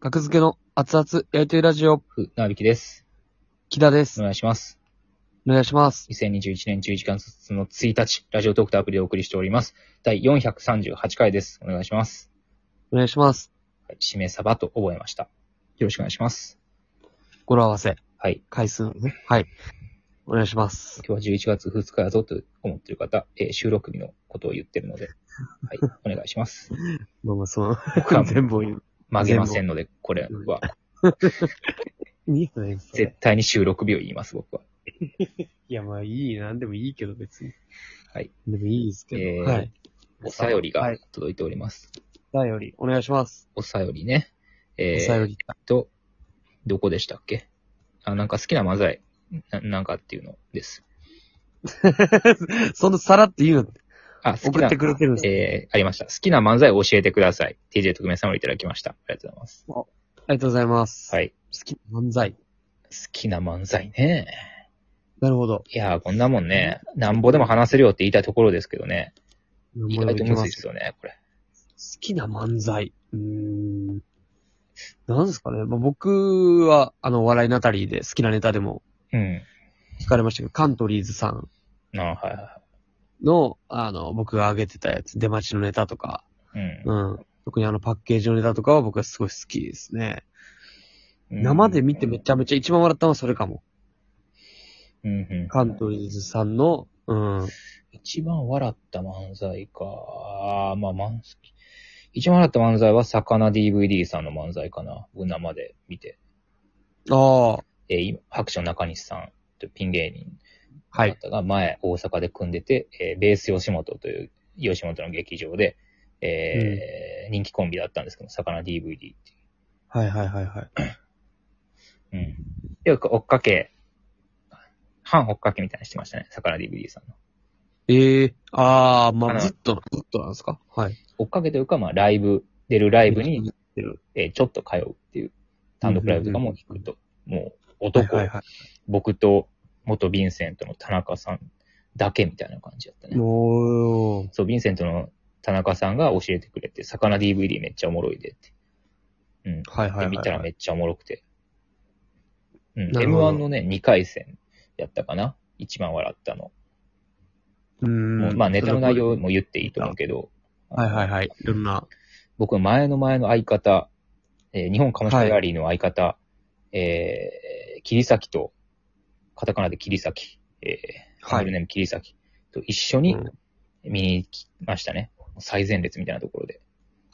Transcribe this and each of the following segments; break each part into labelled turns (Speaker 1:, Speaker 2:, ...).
Speaker 1: 学付けの熱々やりとりラジオ、
Speaker 2: ふ、なびきです。
Speaker 1: 木田です。
Speaker 2: お願いします。
Speaker 1: お願いします。
Speaker 2: 2021年11月の1日、ラジオトークとアプリでお送りしております。第438回です。お願いします。
Speaker 1: お願いします。
Speaker 2: はい、しめさばと覚えました。よろしくお願いします。
Speaker 1: 語呂合わせ、
Speaker 2: はい。
Speaker 1: 回数のね。はい。お願いします。
Speaker 2: 今日は11月2日やぞと思っている方、えー収録日のことを言ってるので、はい、お願い します。
Speaker 1: まあまあ、その、
Speaker 2: 僕 は
Speaker 1: 全部を言う。
Speaker 2: 曲げませんので、これは
Speaker 1: いいっすね、それ
Speaker 2: 絶対に収録日を言います、僕は。
Speaker 1: いや、まあ、いい、なんでもいいけど、別に。
Speaker 2: はい。
Speaker 1: でもいいですけど。
Speaker 2: えー
Speaker 1: はい。
Speaker 2: お便り
Speaker 1: は
Speaker 2: が
Speaker 1: い
Speaker 2: 届いております。
Speaker 1: お便り、お願いします。
Speaker 2: お便りね。
Speaker 1: お
Speaker 2: えー
Speaker 1: 便り。
Speaker 2: と、どこでしたっけあ、なんか好きな漫才、ななんかっていうのです。
Speaker 1: そのさらって言うの、
Speaker 2: あ、好
Speaker 1: 送
Speaker 2: き
Speaker 1: っ
Speaker 2: な
Speaker 1: て、くれてるんです。
Speaker 2: えー、ありました。好きな漫才を教えてください。TJ 特命さんをいただきました。ありがとうございます。
Speaker 1: ありがとうございます。。
Speaker 2: はいい。
Speaker 1: 好きな漫才。
Speaker 2: 好きな漫才ね。
Speaker 1: なるほど。
Speaker 2: いやー、こんなもんね、なんぼでも話せるよって言いたいところですけどね。
Speaker 1: 意
Speaker 2: 意外とむずいですよね、これ。
Speaker 1: 好きな漫才。うーん。なんですかね。まあ、僕は、あの、笑いナタリーで好きなネタでも
Speaker 2: うん。
Speaker 1: 聞かれましたけど、カントリーズさん
Speaker 2: なあ、はいは
Speaker 1: の、あの、僕が上げてたやつ、出待ちのネタとか、
Speaker 2: いはい。
Speaker 1: うん。特にあのパッケージのネタとかは僕はすごい好きですね。
Speaker 2: うん。
Speaker 1: 生で見てめちゃめちゃ一番笑ったのはそれかも。
Speaker 2: うんうん。
Speaker 1: カントリーズさんの、うん。
Speaker 2: 一番笑った漫才か。あーまあ、漫才。一番笑った漫才は、魚 DVD さんの漫才かな。僕生で見て。
Speaker 1: ああ。
Speaker 2: えー今白書の中西さんというピン芸人
Speaker 1: は
Speaker 2: の
Speaker 1: い。
Speaker 2: 方が前、大阪で組んでて、えーベース吉本という、吉本の劇場で、えー人気コンビだったんですけど、魚 DVD ってい
Speaker 1: はいはいはいはい。
Speaker 2: う。うん。よく追っかけ、半追っかけみたいにしてましたね、魚 DVD さんの。
Speaker 1: ええああ、ま
Speaker 2: あ
Speaker 1: あ、
Speaker 2: の
Speaker 1: ずっと、ずっとなんですかはい。
Speaker 2: 追っかけというか、まあ、ライブ、出るライブに、
Speaker 1: てる。
Speaker 2: えーちょっと通うっていう、単独ライブとかも行くと、もう男、
Speaker 1: はいはいは
Speaker 2: 僕と元ヴィンセントの田中さんだけみたいな感じだった
Speaker 1: い。
Speaker 2: ね。
Speaker 1: もう、
Speaker 2: そう、ヴィンセントの田中さんが教えてくれて、魚 DVD めっちゃおもろいでって。うん。
Speaker 1: はいはいはい、は
Speaker 2: で
Speaker 1: い。
Speaker 2: 見たらめっちゃおもろくて。うん。
Speaker 1: なるほど
Speaker 2: M1 のね、2回戦やったかな一番笑ったの。
Speaker 1: うん
Speaker 2: もうまあネタの内容も言っていいと思うけど。
Speaker 1: はいはいはい。いろんな。
Speaker 2: 僕の前の前の相方、えー日本カムシャラリーの相方、えー、切り裂きと、カタカナで切り裂き、えー、ハ
Speaker 1: は
Speaker 2: ンドル
Speaker 1: い。
Speaker 2: ネーム切り裂きと一緒に
Speaker 1: うん
Speaker 2: 見に来ましたね。最前列みたいなところで。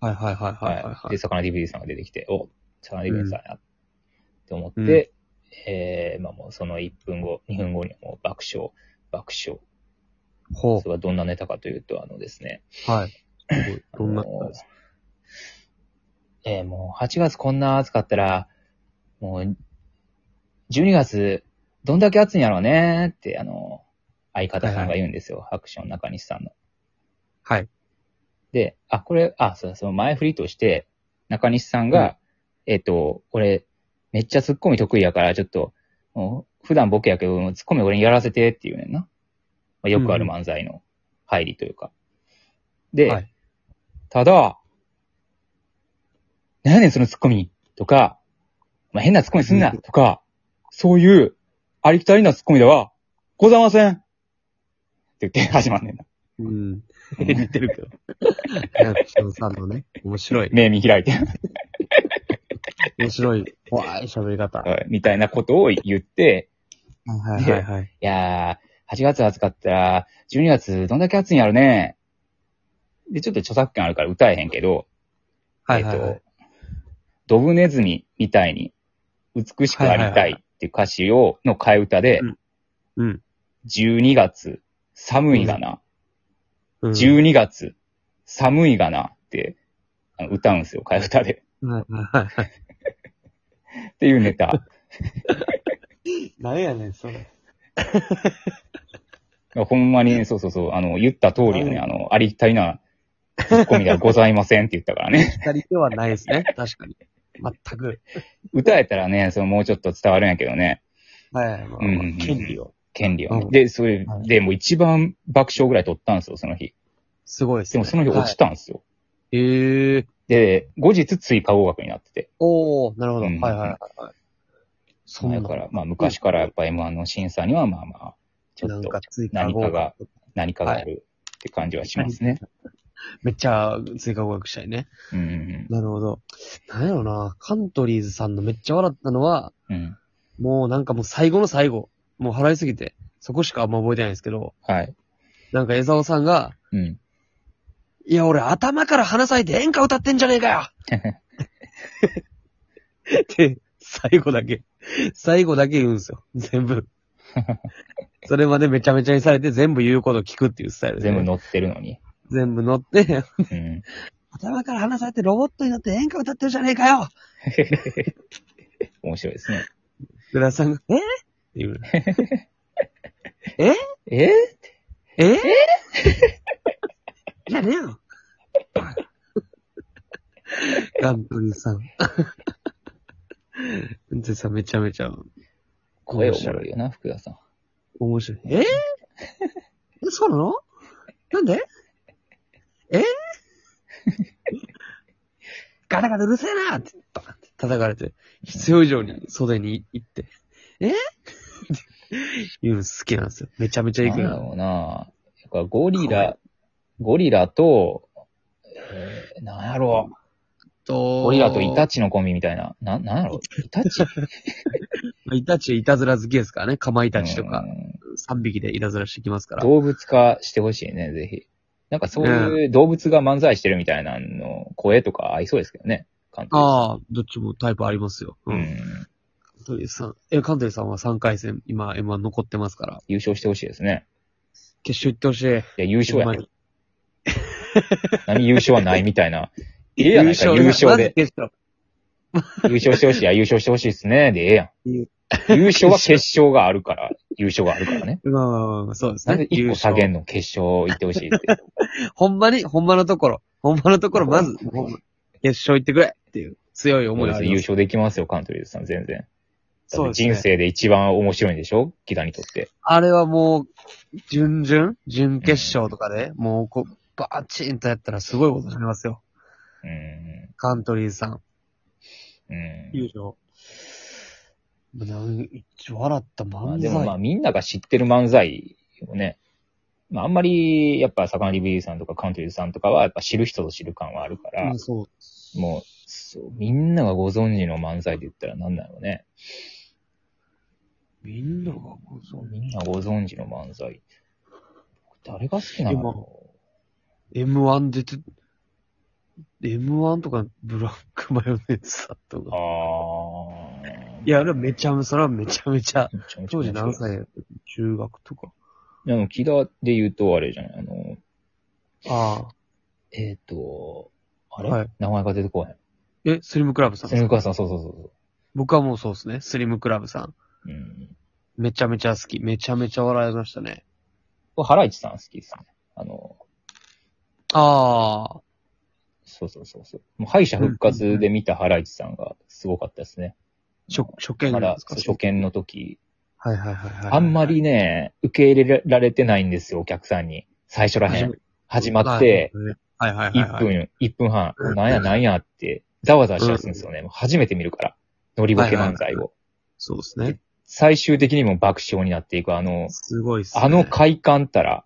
Speaker 1: はいはいはいはいはいはい
Speaker 2: で、。魚 DVD さんが出てきて、お、魚 DVD さんや、って思って、
Speaker 1: うん
Speaker 2: えー、まあもうその1分後、2分後にはもう爆笑、爆笑。
Speaker 1: ほ
Speaker 2: それはどんなネタかというと、あのですね、
Speaker 1: う。はい。すごい。どんな
Speaker 2: あ。のえーもう8月こんな暑かったら、もう、12月、どんだけ暑いんやろうねって、あの、相方さんが言うんですよ。アクション中西さんの。
Speaker 1: はい。
Speaker 2: で、あ、これ、あ、そうだその前振りとして、中西さんが、えっ、と、俺、めっちゃツッコミ得意やから、ちょっと、もう普段ボケやけど、ツッコミ俺にやらせてって言うねんな。まあ、よくある漫才の入りというか。で、
Speaker 1: はい。
Speaker 2: ただ、何やねんそのツッコミとか、まあ、変なツッコミすんなとか、そういうありきたりなツッコミではございませんって言って始まんねんな。
Speaker 1: うん。似て るけど。役所さんのね、面白い、
Speaker 2: 目見開いて、
Speaker 1: 面白い、怖い喋り方。は
Speaker 2: みたいなことを言って、
Speaker 1: いはいはいはい。
Speaker 2: いやー、8月暑かったら、12月どんだけ暑いんやろね。で、ちょっと著作権あるから歌えへんけど、
Speaker 1: はいはいは
Speaker 2: えっ
Speaker 1: い
Speaker 2: と。、ドブネズミみたいに美しくありたいっていう歌詞を、の替え歌で、
Speaker 1: うん。
Speaker 2: 12月、寒いがな、
Speaker 1: うん。
Speaker 2: 12月、寒いがなって、あの歌うんですよ、替え歌で。
Speaker 1: はいはいはい。
Speaker 2: っていうネタ。
Speaker 1: 何やねん、それ。
Speaker 2: ほんまに、そうそうそう、あの、言った通りよ
Speaker 1: う
Speaker 2: ね、
Speaker 1: ん
Speaker 2: あの、ありきたりな、ツッコミではございませんって言ったからね。
Speaker 1: 二人ではないですね。 確かに。全く。
Speaker 2: 歌えたらね、そのもうちょっと伝わるんやけどね。
Speaker 1: はいはいまあ
Speaker 2: うんうんうん
Speaker 1: 権利を。
Speaker 2: 権利はね
Speaker 1: うん
Speaker 2: で、それ
Speaker 1: は、い
Speaker 2: で、もう一番爆笑ぐらい取ったんですよ、その日。
Speaker 1: すごいです
Speaker 2: で
Speaker 1: ね。
Speaker 2: もその日落ちたんですよ。
Speaker 1: はい。ええ
Speaker 2: で、後日追加合格になってて。
Speaker 1: おー、なるほど。
Speaker 2: う
Speaker 1: は
Speaker 2: ん
Speaker 1: いはいはいはい。そんな
Speaker 2: だから、まあ昔からやっぱ M1 の審査にはまあまあ、ちょ
Speaker 1: な
Speaker 2: っ
Speaker 1: ん
Speaker 2: と
Speaker 1: か追加
Speaker 2: 何
Speaker 1: 合
Speaker 2: か
Speaker 1: 格。
Speaker 2: が、何かがあるって感じはしますね。
Speaker 1: めっちゃ追加合格したいね。
Speaker 2: うんうん
Speaker 1: なるほど。なんやろな。カントリーズさんのめっちゃ笑ったのは、
Speaker 2: うん。うん。
Speaker 1: もうなんかもう最後の最後。もう払いすぎて。そこしかあんま覚えてないんですけど、
Speaker 2: はい。
Speaker 1: なんか江沢さんが、
Speaker 2: うん。
Speaker 1: いや、俺、頭から花咲いて演歌歌ってんじゃねえか よって、最後だけ、最後だけ言うんですよ。全部。それまでめちゃめちゃにされて全部言うこと聞くっていうスタイルで、
Speaker 2: 全部乗ってるのに。
Speaker 1: 全部乗って、
Speaker 2: うん。
Speaker 1: 頭から花咲いてロボットになって演歌歌ってるじゃねえかよ
Speaker 2: 面白いですね。
Speaker 1: グラさんが、えーって言う。え
Speaker 2: え
Speaker 1: ええじゃねえよ。ガンプリさん。ガンプリさんめちゃめちゃ。
Speaker 2: 声おもろいよな、福田さん。
Speaker 1: 面白い。ええそうなのなんでええガタガタうるせえなって、バーンって叩かれて、必要以上に袖に行って、えって言うの好きなんですよ。めちゃめちゃ行く
Speaker 2: なんだ
Speaker 1: な。
Speaker 2: ろうな。やっぱゴリラ、ゴリラと、えー、なんやろう。
Speaker 1: と
Speaker 2: ゴリラとイタチのコンビみたいな。な、なんやろう。イタチ
Speaker 1: まあイタチ、いたずら好きですからね。かまいたちとか
Speaker 2: う、ん
Speaker 1: 3匹でいたずらしてきますから。
Speaker 2: 動物化してほしいね、ぜひ。なんかそういう動物が漫才してるみたいなの、声とか合いそうですけどね。監督
Speaker 1: ああ、どっちもタイプありますよ。
Speaker 2: う
Speaker 1: うん。
Speaker 2: ん。
Speaker 1: カントリーさん、え、カントリーさんは3回戦、今 M1 残ってますから、
Speaker 2: 優勝してほしいですね。
Speaker 1: 決勝行ってほしい。
Speaker 2: いや、優勝や
Speaker 1: ほんま
Speaker 2: な
Speaker 1: に。
Speaker 2: 何優勝はないみたいな。ええ やないか、優
Speaker 1: ま
Speaker 2: 勝
Speaker 1: ず
Speaker 2: で。
Speaker 1: 決勝。
Speaker 2: 優勝してほしい。あ優勝してほしいですね。で、ええやん。
Speaker 1: 優
Speaker 2: 優勝は決勝があるから、優勝があるからね。
Speaker 1: まあまあまあまあ、そうです
Speaker 2: なん
Speaker 1: ね
Speaker 2: で。一個下げんの決勝行ってほしいって。
Speaker 1: ほんまに、ほんまのところ。ほんまのところ、まず、ほんま決勝行ってくれっていう強い思いがあり
Speaker 2: 優
Speaker 1: ます。
Speaker 2: 勝できますよ、カントリーズさん、全然。だ
Speaker 1: そ
Speaker 2: っ
Speaker 1: うで
Speaker 2: て
Speaker 1: すね
Speaker 2: 人生で一番面白いんでしょギタにとって。
Speaker 1: あれはもう、準々準決勝とかで、もうこう、バーチンとやったらすごいことになりますよ。
Speaker 2: うん。
Speaker 1: カントリーさん。
Speaker 2: うん。
Speaker 1: 優勝。なん一応笑った漫才。
Speaker 2: まあでもまあみんなが知ってる漫才をね、まああんまりやっぱサカナリビーさんとかカントリーズさんとかはやっぱ知る人ぞ知る感はあるから、
Speaker 1: うんそう。
Speaker 2: もうそう、みんながご存知の漫才で言ったら何だろうね。
Speaker 1: みんながご存
Speaker 2: みんなご存知の漫才。誰が好きな
Speaker 1: で
Speaker 2: の
Speaker 1: も M1 出て、M1 とかブラックマヨネーズさんとか。
Speaker 2: ああ。
Speaker 1: いや、あれはめちゃ、それはめちゃめちゃ、
Speaker 2: めちゃめち
Speaker 1: 当
Speaker 2: ゃ面白い、
Speaker 1: 時何歳やった中学とか。
Speaker 2: いやでも木田で言うとあれじゃないあの、
Speaker 1: ああ。
Speaker 2: えっ、と、あれ、
Speaker 1: はい
Speaker 2: 名前が出てこない。
Speaker 1: え、スリムクラブさん
Speaker 2: セムカさん、そうそうそうそ
Speaker 1: 僕はもうそうですね。スリムクラブさん。
Speaker 2: う。うん。
Speaker 1: めちゃめちゃ好き。めちゃめちゃ笑いましたね。
Speaker 2: これハライチさん好きですね。あの、
Speaker 1: ああ。
Speaker 2: そうそうそうそう。もう敗者復活で見たハライチさんがすごかったですね。
Speaker 1: 初、初見
Speaker 2: まだ
Speaker 1: ですか
Speaker 2: 初見の時、
Speaker 1: はいはいはいはい。
Speaker 2: あんまりね、受け入れられてないんですよ、お客さんに。最初らへ
Speaker 1: 初
Speaker 2: ん
Speaker 1: め。
Speaker 2: 始まって、、
Speaker 1: はいはいはいはい
Speaker 2: 1
Speaker 1: はい。
Speaker 2: 分、1分半、
Speaker 1: うん
Speaker 2: なんやなんやって、ざわざわしだすんですよね。もう初めて見るから。乗りボケ漫
Speaker 1: はい
Speaker 2: 才
Speaker 1: はい
Speaker 2: を。
Speaker 1: そうですね。
Speaker 2: 最終的にも爆笑になっていく、あの、
Speaker 1: すごいっす、ね。
Speaker 2: あの快感たら、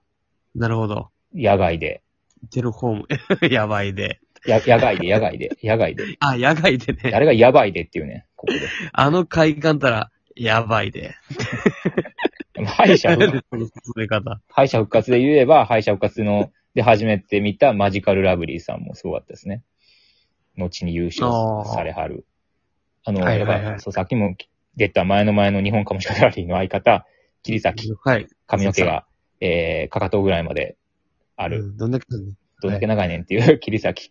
Speaker 1: なるほど。
Speaker 2: 野外で。
Speaker 1: テルホーム。 やばいで。
Speaker 2: や、野外で、野外で、野外 で。
Speaker 1: あ、野外でね。
Speaker 2: あれがやばいでっていうね、こ こで。
Speaker 1: あの快感たら、やばいで。
Speaker 2: 敗者
Speaker 1: なん
Speaker 2: 復
Speaker 1: でその進め方。
Speaker 2: 敗者復活で言えば、敗者復活の、で初めて見たマジカルラブリーさんもすごかったですね。後に優勝されはる。あの、
Speaker 1: はい
Speaker 2: や
Speaker 1: は
Speaker 2: っ
Speaker 1: いはい
Speaker 2: ぱそう、さっきも出た前の前の日本カモシカラリーの相方、桐崎、
Speaker 1: はい。
Speaker 2: 髪の毛が、えー、かかとぐらいまである。
Speaker 1: うんどんだけなんだ
Speaker 2: どんだけ長いねんっていう 桐崎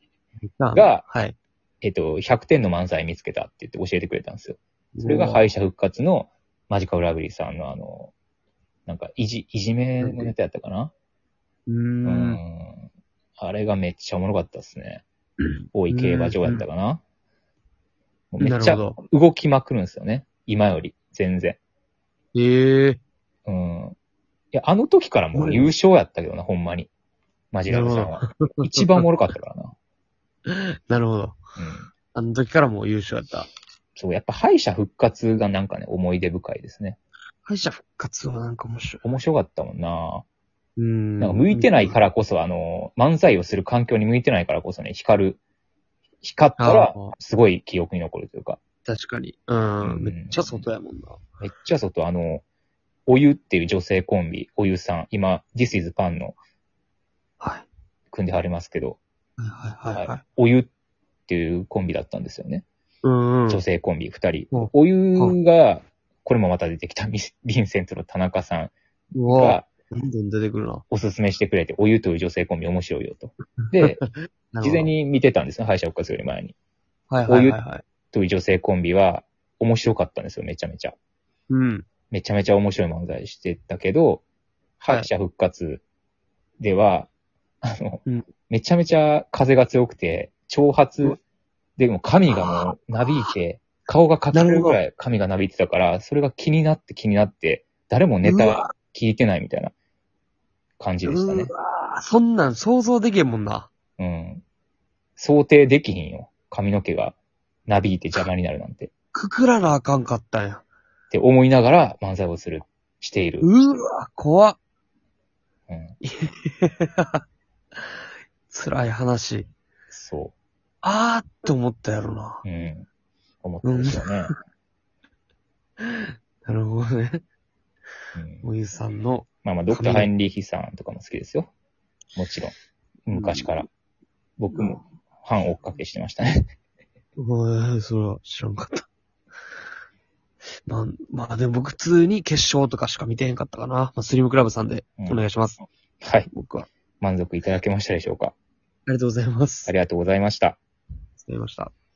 Speaker 1: が
Speaker 2: が、
Speaker 1: はい。
Speaker 2: えっと、100点の漫才見つけたって言って教えてくれたんですよ。それが敗者復活のマジカルラブリーさんのあの、なんか、いじ、いじめのネタやったかな、
Speaker 1: うー。
Speaker 2: うんん。あれがめっちゃおもろかったですね。大井競馬場やったかな、もうめ
Speaker 1: な
Speaker 2: っち
Speaker 1: る
Speaker 2: ゃ
Speaker 1: ほど。
Speaker 2: 動きまくるんですよね。今より、全然。
Speaker 1: ええ
Speaker 2: うん。いや、あの時からもう優勝やったけどな、ほんまに。マジラブさんは。一番おもろかったからな。
Speaker 1: なるほど。
Speaker 2: うん。
Speaker 1: あの時からもう優秀だった。
Speaker 2: そう、やっぱ敗者復活がなんかね、思い出深いですね。
Speaker 1: 敗者復活はなんか面白い。
Speaker 2: 面白かったもんな
Speaker 1: うん。。
Speaker 2: なんか向いてないかららこそ、あの、漫才をする環境に向いてないからこそね、光る、光ったら
Speaker 1: あー、
Speaker 2: すごい記憶に残るというか、
Speaker 1: 確かに。うん。めっちゃ外やもんな。
Speaker 2: めっちゃ外、あの、お湯っていう女性コンビ、お湯さん、今、This is Pan の
Speaker 1: はい。
Speaker 2: 組んではりますけど、
Speaker 1: はいはいはい。はい、
Speaker 2: お湯っていうコンビだったんですよね。
Speaker 1: うんうん。
Speaker 2: 女性コンビ二人。
Speaker 1: うん
Speaker 2: お湯が、これもまた出てきたミスヴィンセントの田中さん
Speaker 1: うわ
Speaker 2: が
Speaker 1: どんどん出てくるな。
Speaker 2: おすすめしてくれて、お湯という女性コンビ面白い よと。で、
Speaker 1: なるほど
Speaker 2: 事前。に見てたんですよ、敗者復活より前に。
Speaker 1: はいはいはいはい。
Speaker 2: という女性コンビは面白かったんですよ、めちゃめちゃ。
Speaker 1: うん。
Speaker 2: めちゃめちゃ面白い漫才してたけど、
Speaker 1: はい
Speaker 2: 敗者復活では、あの、
Speaker 1: うん
Speaker 2: めちゃめちゃ風が強くて、長髪でも髪がもうなびいて、顔が隠れるぐらい髪がなびいてたから、それが気になって気になって、誰もネ
Speaker 1: う
Speaker 2: タ
Speaker 1: わ
Speaker 2: 聞いてないみたいな感じでしたね
Speaker 1: う。わそんなん想像できへんもんな。
Speaker 2: うん。想定できひんよ。髪の毛がなびいて邪魔になるなんて。
Speaker 1: くくらなあかんかったんや。
Speaker 2: って思いながら漫才をする、している。
Speaker 1: うわ怖っ。
Speaker 2: うん、
Speaker 1: 辛い話。
Speaker 2: そ
Speaker 1: あーって思ったやろな。
Speaker 2: う。うん。思ったんですよね。
Speaker 1: なるほどね。
Speaker 2: うん、
Speaker 1: おゆさんの。
Speaker 2: まあまあ、ドクター・ハインリーヒさんとかも好きですよ。もちろん。昔から。僕も、ファン追っかけしてましたね。
Speaker 1: うん、それは知らんかった。なんまあでも僕普通に決勝とかしか見てへんかったかな。まあ、スリムクラブさんで
Speaker 2: うん
Speaker 1: お願いします。
Speaker 2: はい。
Speaker 1: 僕は。あ
Speaker 2: 満足いただけましたでしょうか。
Speaker 1: りがとうございます。
Speaker 2: あ
Speaker 1: あり
Speaker 2: りがとうございました。
Speaker 1: がとうございました。